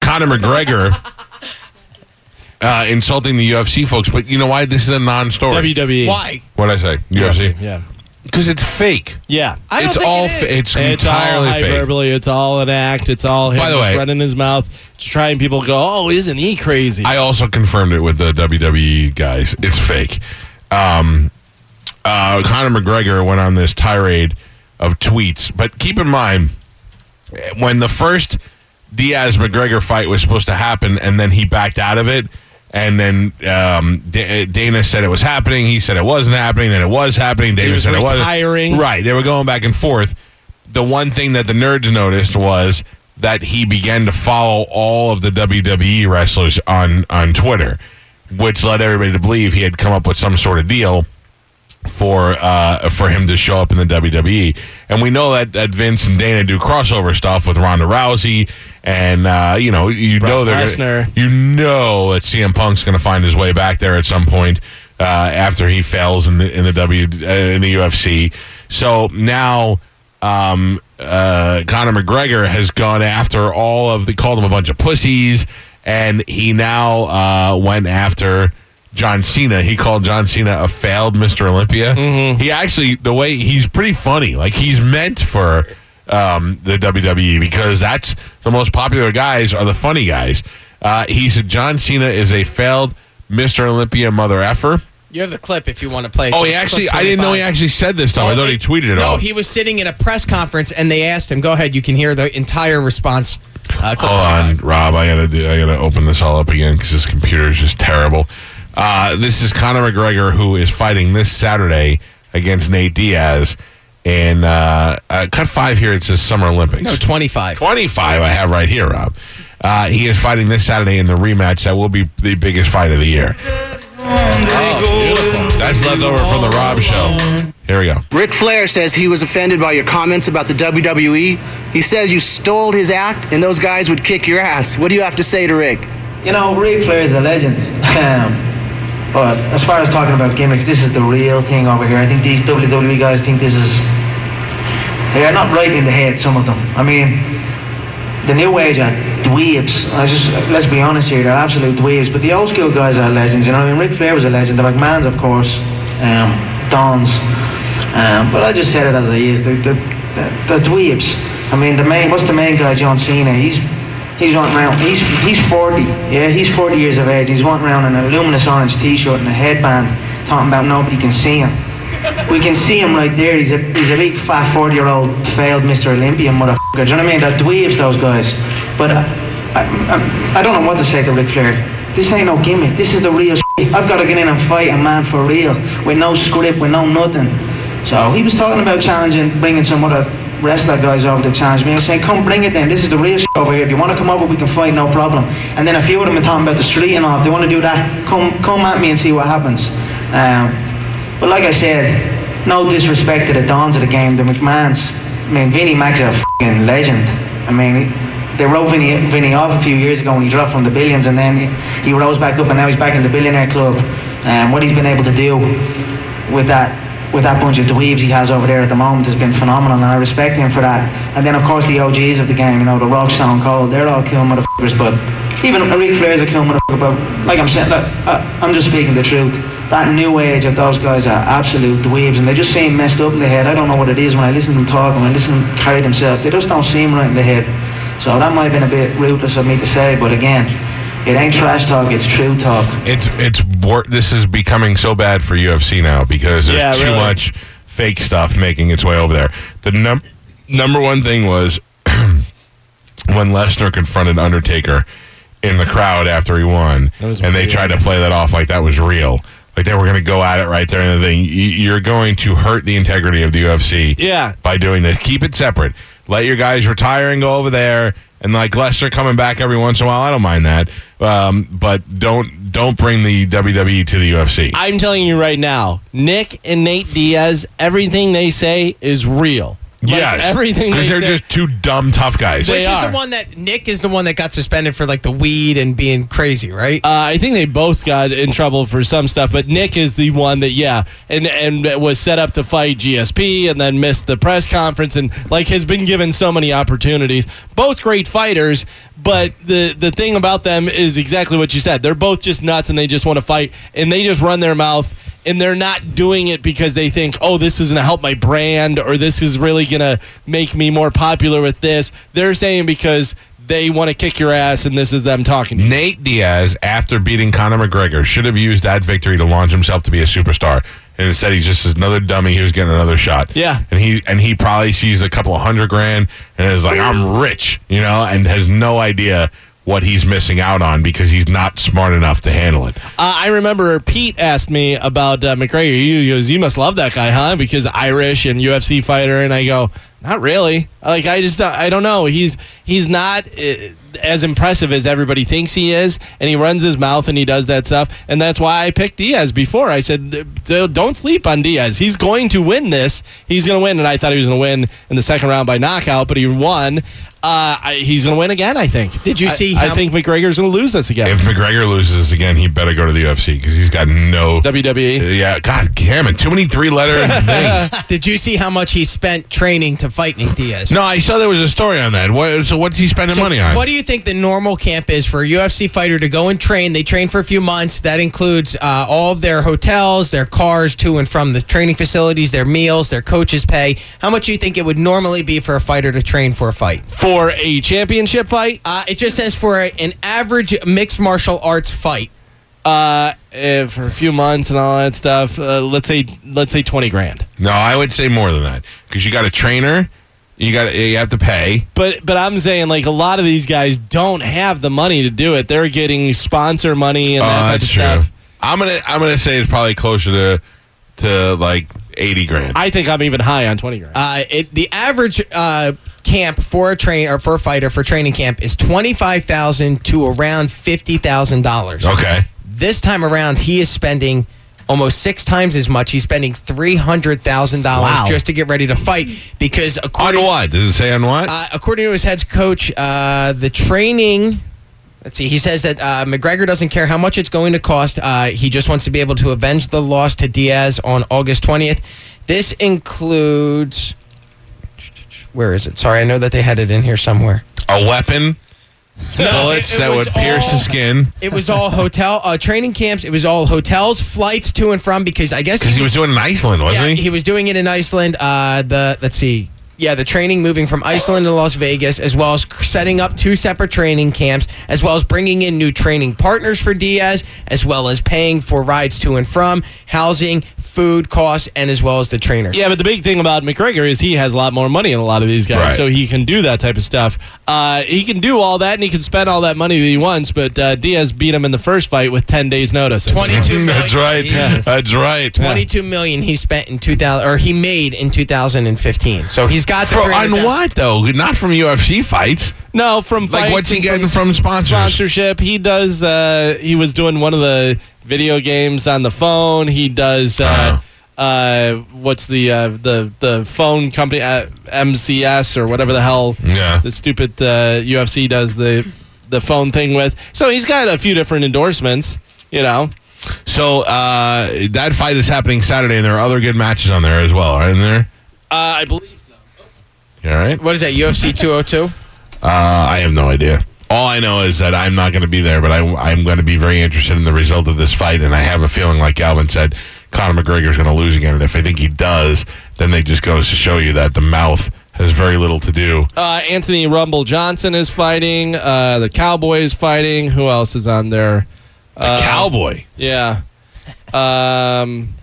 Conor McGregor uh, insulting the UFC folks, but you know why this is a non-story? WWE. Why? What I say? UFC. Yeah. Because it's fake. Yeah. I don't it's think all. it fa- is. It's, it's all entirely fake. hyperbole. It's all an act. It's all him By the just way- running his mouth, just trying people go, oh, isn't he crazy? I also confirmed it with the WWE guys. It's fake. Um, uh, Conor McGregor went on this tirade of tweets, but keep in mind eh, when the first Diaz McGregor fight was supposed to happen, and then he backed out of it, and then um, D- Dana said it was happening. He said it wasn't happening. Then it was happening. Dana was said it wasn't. retiring. Right. They were going back and forth. The one thing that the nerds noticed was that he began to follow all of the WWE wrestlers on, on Twitter, which led everybody to believe he had come up with some sort of deal for uh, for him to show up in the WWE. And we know that, that Vince and Dana do crossover stuff with Ronda Rousey, and uh, you know you know they're Lesnar. you know that CM Punk's going to find his way back there at some point uh, after he fails in the in the W uh, in the UFC. So now. Um, uh, Conor McGregor has gone after all of the called him a bunch of pussies, and he now uh, went after John Cena. He called John Cena a failed Mr. Olympia. He actually, the way he's pretty funny. Like he's meant for um, the WWE because that's the most popular guys are the funny guys. Uh, he said John Cena is a failed Mr. Olympia mother effer. You have the clip if you want to play. Oh, he Clip actually, I didn't know he 25. actually said this stuff. I thought he tweeted it No, all. he was sitting in a press conference and they asked him. Go ahead, you can hear the entire response. Uh, clip Hold 25. on, Rob. I gotta do, I gotta open this all up again because this computer is just terrible. Uh, this is Conor McGregor who is fighting this Saturday against Nate Diaz. And uh, uh, cut five here. It says Summer Olympics. No, 25. 25 I have right here, Rob. Uh, he is fighting this Saturday in the rematch that will be the biggest fight of the year. That's left over from the Rob show. Here we go. Rick Flair says he was offended by your comments about the WWE. He says you stole his act and those guys would kick your ass. What do you have to say to Rick? You know, Ray Flair is a legend. Um, but as far as talking about gimmicks, this is the real thing over here. I think these WWE guys think this is. They are not right in the head, some of them. I mean, the new age are dweebs. I just let's be honest here, they're absolute dweebs. But the old school guys are legends. You know, I mean, Ric Flair was a legend. The McMahon's, of course, um, Don's. Um, but I just said it as it is. The the, the, the dweebs. I mean, the main. What's the main guy? John Cena. He's he's running around. He's he's 40. Yeah, he's 40 years of age. He's running around in a luminous orange T-shirt and a headband, talking about nobody can see him. We can see him right there. He's a he's a big fat 40 year old failed Mr. Olympian motherfucker. Do you know what I mean? They're dweebs, those guys. But I, I, I, I don't know what to say to Ric Flair. This ain't no gimmick. This is the real shit. I've got to get in and fight a man for real with no script, with no nothing. So he was talking about challenging, bringing some other wrestler guys over to challenge me. I was saying, come bring it then. This is the real shit over here. If you want to come over, we can fight, no problem. And then a few of them are talking about the street and all. If they want to do that, come come at me and see what happens. Um, but like I said, no disrespect to the dons of the game, the McMahons. I mean, Vinnie Mac's a fucking legend. I mean, they wrote Vinnie, Vinnie off a few years ago when he dropped from the billions, and then he, he rose back up, and now he's back in the billionaire club. And what he's been able to do with that with that bunch of dweebs he has over there at the moment has been phenomenal, and I respect him for that. And then, of course, the OGs of the game, you know, the Rock, Stone Cold, they're all cool motherfuckers, but even Ric Flair's a cool motherfucker, but like I'm saying, look, I, I'm just speaking the truth. That new age of those guys are absolute dweebs, and they just seem messed up in the head. I don't know what it is when I listen to them talk, when I listen to them carry themselves, they just don't seem right in the head. So that might have been a bit ruthless of me to say, but again, it ain't trash talk, it's true talk. It's it's wor- this is becoming so bad for UFC now because there's Yeah, too really. much fake stuff making its way over there. The num- number one thing was when Lesnar confronted Undertaker in the crowd after he won, That was and they weird. tried to play that off like that was real, like they were going to go at it right there and the thing. Y- You're going to hurt the integrity of the UFC yeah. by doing this. Keep it separate. Let your guys retire and go over there. And like Lester coming back every once in a while, I don't mind that. Um, but don't don't bring the WWE to the UFC. I'm telling you right now, Nick and Nate Diaz, everything they say is real. yes, everything because they they're say- just two dumb tough guys. They Which is are. the one that Nick is the one that got suspended for like the weed and being crazy, right? Uh, I think they both got in trouble for some stuff, but Nick is the one that yeah, and and was set up to fight GSP and then missed the press conference and like has been given so many opportunities. Both great fighters, but the the thing about them is exactly what you said. They're both just nuts and they just want to fight and they just run their mouth and they're not doing it because they think, oh, this is going to help my brand or this is really going to make me more popular with this. They're saying because. They want to kick your ass, and this is them talking. to you. Nate Diaz, after beating Conor McGregor, should have used that victory to launch himself to be a superstar. And instead, he's just another dummy who's getting another shot. Yeah. and he and he probably sees a couple of hundred grand and is like, "I'm rich," you know, and has no idea what he's missing out on because he's not smart enough to handle it. Uh, I remember Pete asked me about uh, McGregor. He goes, "You must love that guy, huh? Because Irish and UFC fighter." And I go, "Not really. Like I just I don't know. He's he's not uh, as impressive as everybody thinks he is, and he runs his mouth and he does that stuff. And that's why I picked Diaz before. I said, "D- d- "Don't sleep on Diaz. He's going to win this. He's going to win." And I thought he was going to win in the second round by knockout, but he won. Uh, I, he's going to win again. I think. Did you I- see I, how- think McGregor's going to lose this again. If McGregor loses again, he better go to the UFC because he's got no. WWE. yeah, God damn it, too many three-letter things. Did you see how much he spent training to fight Nick Diaz? No, I saw there was a story on that. What, so what's he spending So money on? What do you think the normal camp is for a UFC fighter to go and train? They train for a few months. That includes uh, all of their hotels, their cars to and from the training facilities, their meals, their coaches' pay. How much do you think it would normally be for a fighter to train for a fight? for a championship fight, Uh, it just says for a, an average mixed martial arts fight. uh, eh, for a few months and all that stuff. Uh, let's say let's say twenty grand. No, I would say more than that because you got a trainer, you got you have to pay. But but I'm saying like a lot of these guys don't have the money to do it. They're getting sponsor money and that Uh, type of stuff. I'm gonna I'm gonna say it's probably closer to to like eighty grand. I think I'm even high on twenty grand. Uh, it, the average uh, camp for a train or for a fighter for training camp is twenty five thousand to around fifty thousand dollars. okay, This time around, he is spending almost six times as much. He's spending three hundred thousand Wow. dollars just to get ready to fight because on according what? Does it say on what? uh, according to his head coach, uh, the training. Let's see. He says that uh, McGregor doesn't care how much it's going to cost. Uh, he just wants to be able to avenge the loss to Diaz on August 20th. This includes. Where is it? Sorry, I know that they had it in here somewhere. a weapon, bullets it- it that was would pierce the all- skin It was all hotel uh, training camps. It was all hotels, flights to and from because I guess because he was doing it in Iceland, wasn't yeah, he? he was doing it in Iceland. Uh, the let's see, yeah, the training moving from Iceland to Las Vegas, as well as cr- setting up two separate training camps, as well as bringing in new training partners for Diaz, as well as paying for rides to and from, housing, food costs, and as well as the trainer. Yeah, but the big thing about McGregor is he has a lot more money than a lot of these guys, Right. so he can do that type of stuff. Uh, he can do all that, and he can spend all that money that he wants. But uh, Diaz beat him in the first fight with ten days' notice. Twenty-two million. That's right. Jesus. That's right. 22 million he spent in 2000 or he made in 2015. So he's got the For, on 300,000 what though? Not from UFC fights. No, from Like fights what's he and getting from sponsors? sponsorship. He does. Uh, he was doing one of the video games on the phone. He does. Uh, uh, what's the uh, the the phone company uh, MCS or whatever the hell? Yeah. The stupid uh, UFC does the the phone thing with. So he's got a few different endorsements. You know. So uh, that fight is happening Saturday, and there are other good matches on there as well, aren't there? Uh, I believe so. You All right. What is that? UFC 202? Uh, I have no idea. All I know is that I'm not going to be there, but I, I'm going to be very interested in the result of this fight. And I have a feeling, like Alvin said, Conor McGregor's going to lose again. And if I think he does, then they just goes to show you that the mouth has very little to do. Uh, Anthony Rumble Johnson is fighting. Uh, the Cowboy is fighting. Who else is on there? a cowboy. Yeah. Um,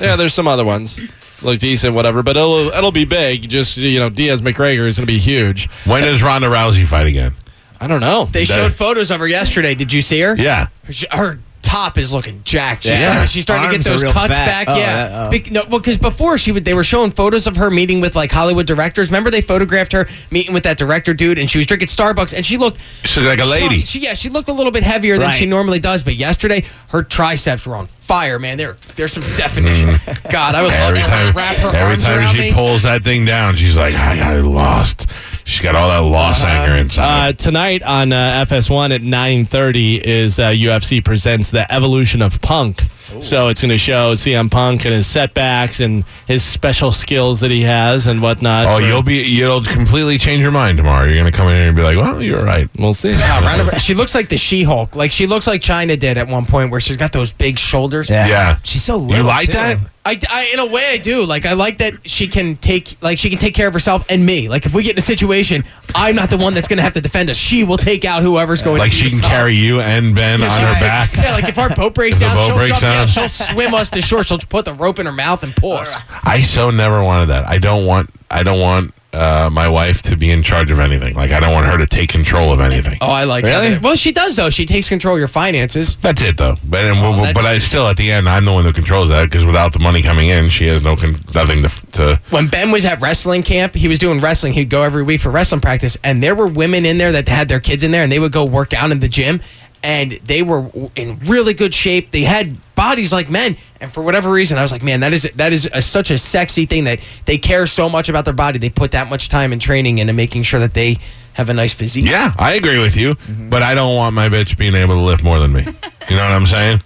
yeah, there's some other ones. Look decent, whatever, but it'll it'll be big. Just you know, Diaz McGregor is going to be huge. When does Ronda Rousey fight again? I don't know. They That- showed photos of her yesterday. Did you see her? Yeah. Her, her top is looking jacked. She's Yeah. starting, she's starting to Arms get are those real cuts fat. back. Oh, yeah. that- oh. Bec- no, well, because before she would, they were showing photos of her meeting with like Hollywood directors. Remember they photographed her meeting with that director dude, and she was drinking Starbucks, and she looked She looked like a lady. She, yeah, she looked a little bit heavier than she Right. normally does, but yesterday her triceps were on fire, man. There, there's some definition. God, I would love Every to have her time, Oh, wrap her every arms time around she me. pulls that thing down, she's like, I, I lost. She's got all that loss Uh-huh. anger inside. Uh, tonight on uh, FS1 at 9:30 is uh, UFC presents the evolution of Punk. So it's going to show CM Punk and his setbacks and his special skills that he has and whatnot. oh, you'll be you'll completely change your mind tomorrow. You're gonna come in here and be like, well, you're right. We'll see. Yeah, round of- she looks like the She-Hulk. Like she looks like China did at one point, where she's got those big shoulders. Yeah. She's so You little, like too. that? I, I- in a way, I do. Like I like that she can take, like she can take care of herself and me. Like if we get in a situation, I'm not the one that's going to have to defend us. She will take out whoever's going. Like to beat she can us up. carry you and Ben on her Right. back. Yeah, like if our boat breaks If the down, boat she'll breaks jump down. out. She'll swim us to shore. She'll put the rope in her mouth and pull us. I so never wanted that. I don't want. I don't want uh, my wife to be in charge of anything. Like I don't want her to take control of anything. Oh, I like Really? that. Well, she does though. She takes control of your finances. That's it though. But and Oh, but, that's- but I still at the end I'm the one who controls that because without the money coming in, she has no con- nothing to. to When Ben was at wrestling camp, he was doing wrestling. He'd go every week for wrestling practice, and there were women in there that had their kids in there, and they would go work out in the gym, and they were w- in really good shape. They had bodies like men, and for whatever reason, I was like, man, that is that is a, such a sexy thing that they care so much about their body. They put that much time and training into making sure that they have a nice physique. yeah, I agree with you, but I don't want my bitch being able to lift more than me. You know what I'm saying?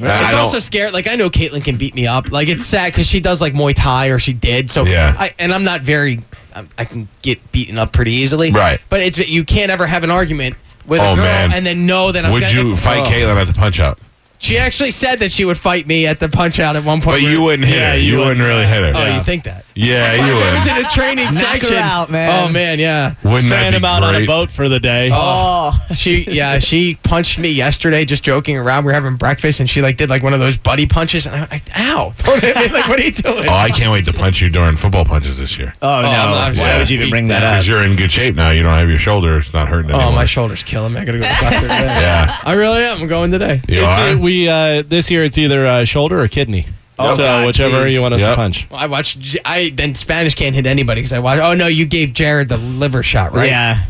I- I It's don't- also scary. Like I know Caitlyn can beat me up. Like it's sad because she does like Muay Thai or she did. So Yeah. I, and I'm not very. I'm, I can get beaten up pretty easily. Right. But it's you can't ever have an argument with Oh, a girl man. and then know that I'm. Would gonna- you fight Caitlyn at the punch out? She actually said that she would fight me at the punch out at one point. But you wouldn't hit Yeah, her. you You, wouldn't really hit her. Oh, yeah. you think that? you Comes would. in a training her section. out, man. Oh man, yeah. Wouldn't that Strand be him out on great? a boat for the day. Oh, She yeah, she punched me yesterday just joking around. We were having breakfast and she like did like one of those buddy punches and I'm like, ow. Don't hit me. Like what are you doing? Oh, I can't wait to punch you during football punches this year. oh no! I'm- I'm Why sorry. would you even bring that up? Because you're in good shape now. You don't have your shoulder. It's not hurting anymore. Oh, my shoulder's killing me. I gotta go to the doctor today. Yeah. I really am. I'm going today. You It's, are? uh, we uh, this year it's either uh, shoulder or kidney. so God, whichever geez. you want us Yep. to punch. I watched. J- I then Spanish can't hit anybody because I watched. Oh no, you gave Jared the liver shot, right? Yeah,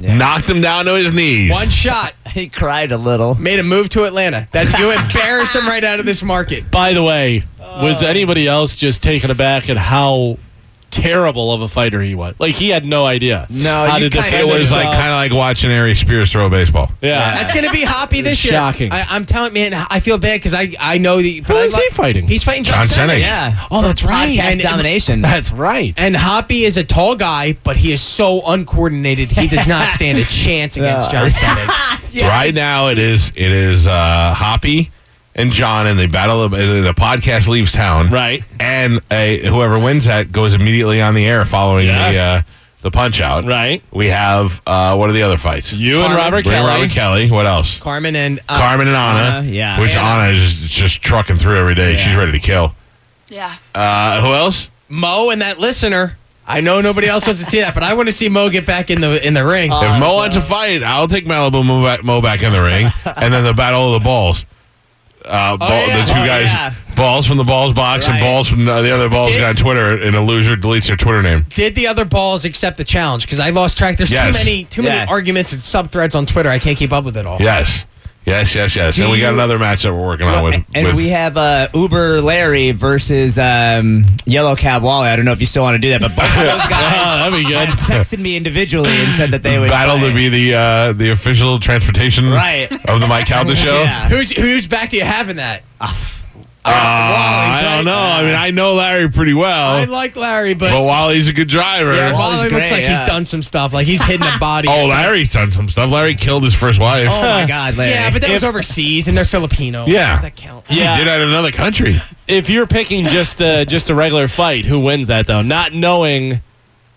Knocked him down to his knees. One shot he cried a little. made a move to Atlanta. That you embarrassed him right out of this market. By the way, was Uh. anybody else just taken aback at how terrible of a fighter he was? Like he had no idea. No, how you to kinda- defend it was himself. like kind of like watching Ari Spears throw a baseball. yeah. That's gonna be Hoppy this year. Shocking. I, I'm telling man, I feel bad because I I know the. But Who I is lo- he fighting? He's fighting John, John Cena. Cena. Yeah. Oh, that's right. Podcast And- and- domination. That's right. And Hoppy is a tall guy, but he is so uncoordinated. He does not stand a chance against John Cena. Right now, it is it is uh, Hoppy and John, and they battle. uh, The podcast leaves town, Right. And uh whoever wins that goes immediately on the air following Yes. the uh, the punch out, Right. We have uh, what are the other fights? You and Carmen- Robert We have Kelly. Robert Kelly. What else? Carmen and uh, Carmen and Anna, Anna, yeah. Which Anna. Anna is just, just trucking through every day. She's ready to kill. Yeah. Uh, who else? Mo and that listener. I know nobody else wants to see that, but I want to see Mo get back in the in the ring. If Mo wants to fight, I'll take Malibu Mo back, Mo back in the ring, and then the battle of the balls. Uh, ball, yeah. The two Oh, guys, yeah. balls from the balls box Right. and balls from the, the other balls guy on Twitter, and a loser deletes their Twitter name. Did the other balls accept the challenge? Because I lost track. There's Yes. too many too Yeah. many arguments and sub threads on Twitter. I can't keep up with it all. Yes, yes, yes, yes. and we got you- another match that we're working on with. and with- we have uh, Uber Larry versus um, Yellow Cab Wally. I don't know if you still want to do that, but both of those guys Oh, that'd be good. have texted me individually and said that they would battle to fight. be the uh, the official transportation Right. of the Mike Calda show. Yeah. Who's who's back do you have in that? Uh, I Wally's don't right. know. I mean, I know Larry pretty well, I like Larry, but, but Wally's a good driver. yeah, Wally's Wally looks great, like yeah. he's done some stuff. Like he's hidden a body. oh, Larry's done some stuff. Larry killed his first wife. Oh my God, Larry! yeah, but that was overseas, and they're Filipino. Yeah. does that count? He Yeah. did that in another country. If you're picking just uh, just a regular fight, who wins that though? Not knowing,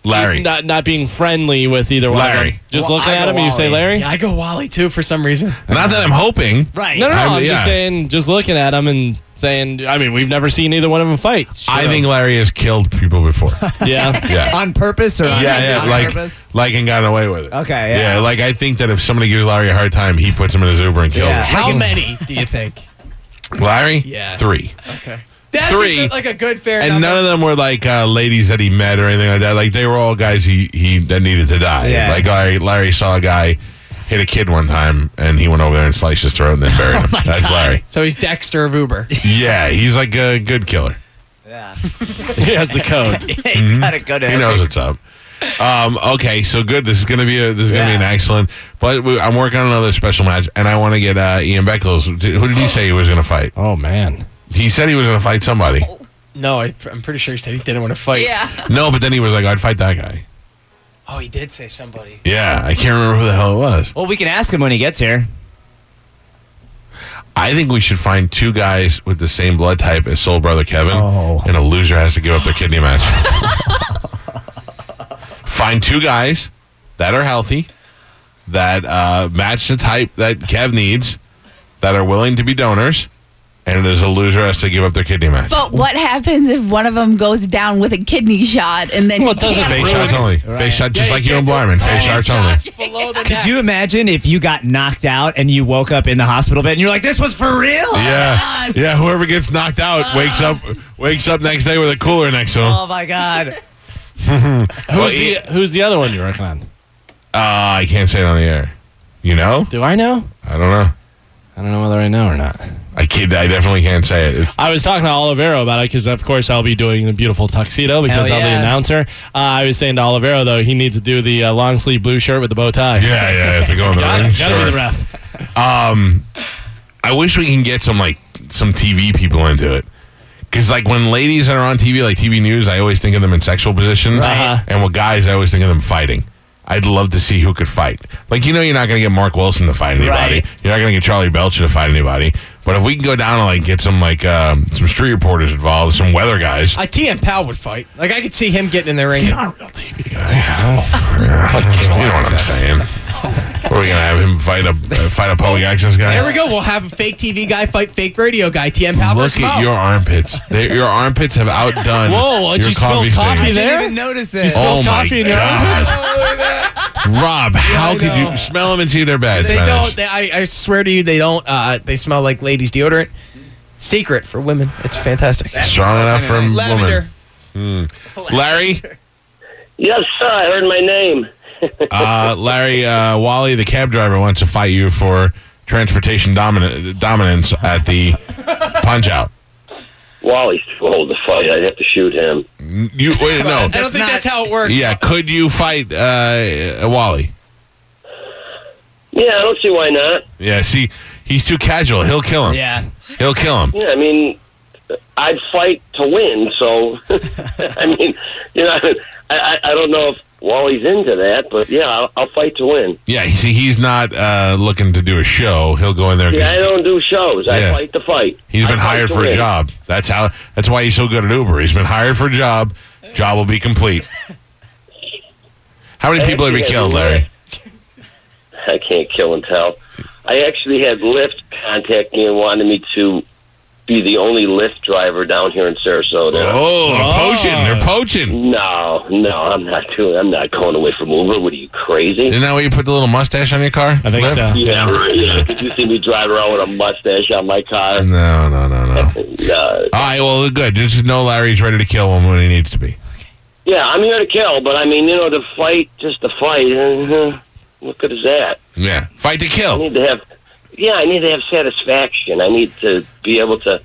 Larry. not not being friendly with either one. of them. Larry. Just Well, looking I at go him, you say Wally. Larry. Yeah, I go Wally too for some reason. Not that I'm hoping. right. No, no, no. I- I'm, yeah. just saying, just looking at him and saying. I mean, we've never seen either one of them fight. I think Larry has killed people before. Yeah. yeah. on purpose or Yeah, on, yeah, on like, purpose? like, and got away with it. Okay, yeah. like I think that if somebody gives Larry a hard time, he puts him in his Uber and kills Yeah. How Like- many do you think? him. Larry, Yeah. three, Okay, that's a Three. good- like a good fair. and number. none of them were like uh, ladies that he met or anything like that. Like they were all guys he he that needed to die. Yeah. Like Larry, Larry saw a guy hit a kid one time, and he went over there and sliced his throat and then Oh buried him. That's Larry. So he's Dexter of Uber. Yeah, he's like a good killer. Yeah. He has the code. He's gotta go down. He knows what's up. Um, okay, so good. This is gonna be a this is gonna be an Yeah. excellent. But we, I'm working on another special match, and I want to get uh, Ian Beckles. Who did he say he was gonna fight? Oh man. He said he was gonna fight somebody. No, I, I'm pretty sure he said he didn't want to fight. Yeah. No, but then he was like, I'd fight that guy. Oh, he did say somebody. Yeah, I can't remember who the hell it was. Well, we can ask him when he gets here. I think we should find two guys with the same blood type as Soul Brother Kevin, Oh. and a loser has to give up their kidney match. find two guys that are healthy, that uh, match the type that Kev needs, that are willing to be donors, and there's a loser has to give up their kidney match. But what happens if one of them goes down with a kidney shot and then Well, you it doesn't can't Face work? shots only. Face shot, just like you and Blyman. Face shots only. Below the Could you imagine if you got knocked out and you woke up in the hospital bed and you're like, "This was for real"? Oh Yeah, yeah. Whoever gets knocked out wakes up wakes up next day with a cooler next to him. Oh my god. Who's the Who's the other one you're working on? Uh, I can't say it on the air. You know? Do I know? I don't know. I don't know whether I know or not. I kid. I definitely can't say it. It's- I was talking to Olivero about it because, of course, I'll be doing the beautiful tuxedo because Hell I'm the yeah. announcer. Uh, I was saying to Olivero though he needs to do the uh, long sleeve blue shirt with the bow tie. yeah, yeah. I have to go in the gotta, ring. gotta sure. be the ref. I wish we can get some like some TV people into it. Cause like when ladies are on TV, like TV news, I always think of them in sexual positions, Right. and with guys, I always think of them fighting. I'd love to see who could fight. Like you know, you're not going to get Mark Wilson to fight anybody. Right. You're not going to get Charlie Belcher to fight anybody. But if we can go down and like get some like um, some street reporters involved, some weather guys. Uh, TM Powell would fight. Like, I could see him getting in the ring. not a real TV guy. you know what I'm saying? What, Are we gonna have him fight a uh, fight a public access guy? There we go. We'll have a fake TV guy fight fake radio guy. TM Powell Look versus at Mo. your armpits. They, your armpits have outdone. Whoa, what'd your you spill coffee stain. there? I didn't even notice it. spilled Oh my coffee in your god, Rob! How could you smell them and see their bad They smells? don't. They, I, I swear to you, they don't. Uh, they smell like ladies' deodorant. Secret for women. It's fantastic. Strong enough for a Lavender. woman. Larry, Yes, sir. I heard my name. uh, Larry, uh, Wally, the cab driver wants to fight you for transportation domin- dominance at the punch out. Wally hold the fight. I'd have to shoot him. You wait, no. I don't think that's how it works. Yeah, could you fight uh, Wally? Yeah, I don't see why not. Yeah, see, he's too casual. He'll kill him. Yeah. He'll kill him. Yeah, I mean, I'd fight to win. So, I mean, you know, I, I, I don't know if Wally's into that, but yeah, I'll, I'll fight to win. Yeah, you see, he's not uh, looking to do a show. He'll go in there. Yeah, I 'cause don't do shows. Yeah. I fight the fight. He's I been fight hired to for a win. job. That's how. That's why he's so good at Uber. He's been hired for a job. Job will be complete. How many people have you Actually, killed, I do Larry? I can't kill and tell. I actually had Lyft contact me and wanted me to be the only Lyft driver down here in Sarasota. Oh, they're poaching. They're poaching. No, no, I'm not doing. I'm not going away from Uber. What are you crazy? Isn't that why you put the little mustache on your car? I think Lyft? so. Yeah, right, yeah. Could you see me drive around with a mustache on my car? No, no, no, no. Uh, All right, well, good. Just know Larry's ready to kill him when he needs to be. yeah, I'm here to kill, but I mean, you know, to fight, just to fight. Uh, what good is that? Yeah, fight to I kill. need to have. Yeah, I need to have satisfaction. I need to be able to.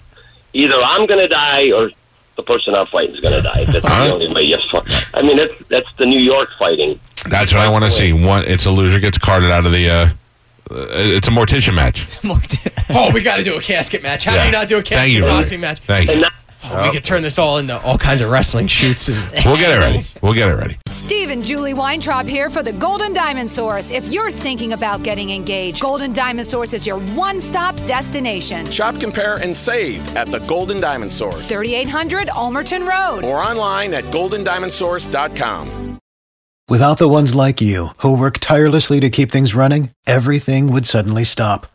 Either I'm going to die, or the person I'm fighting is going to die. That's Huh? the only way. Yes, fuck. I mean, that's that's the New York fighting. That's what I want to see. One, it's a loser gets carted out of the. Uh, uh, it's a mortician match. Oh, we got to do a casket match. How do Yeah. you not do a Thank casket you, Larry. boxing match? Thank And you. not, Oh, we could turn this all into all kinds of wrestling shoots. And We'll get it ready. We'll get it ready. Steve and Julie Weintraub here for the Golden Diamond Source. If you're thinking about getting engaged, Golden Diamond Source is your one stop destination. Shop, compare, and save at the Golden Diamond Source 3800 Almerton Road. or online at goldendiamondsource.com. Without the ones like you, who work tirelessly to keep things running, everything would suddenly stop.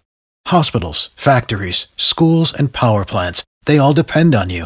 Hospitals, factories, schools, and power plants, they all depend on you.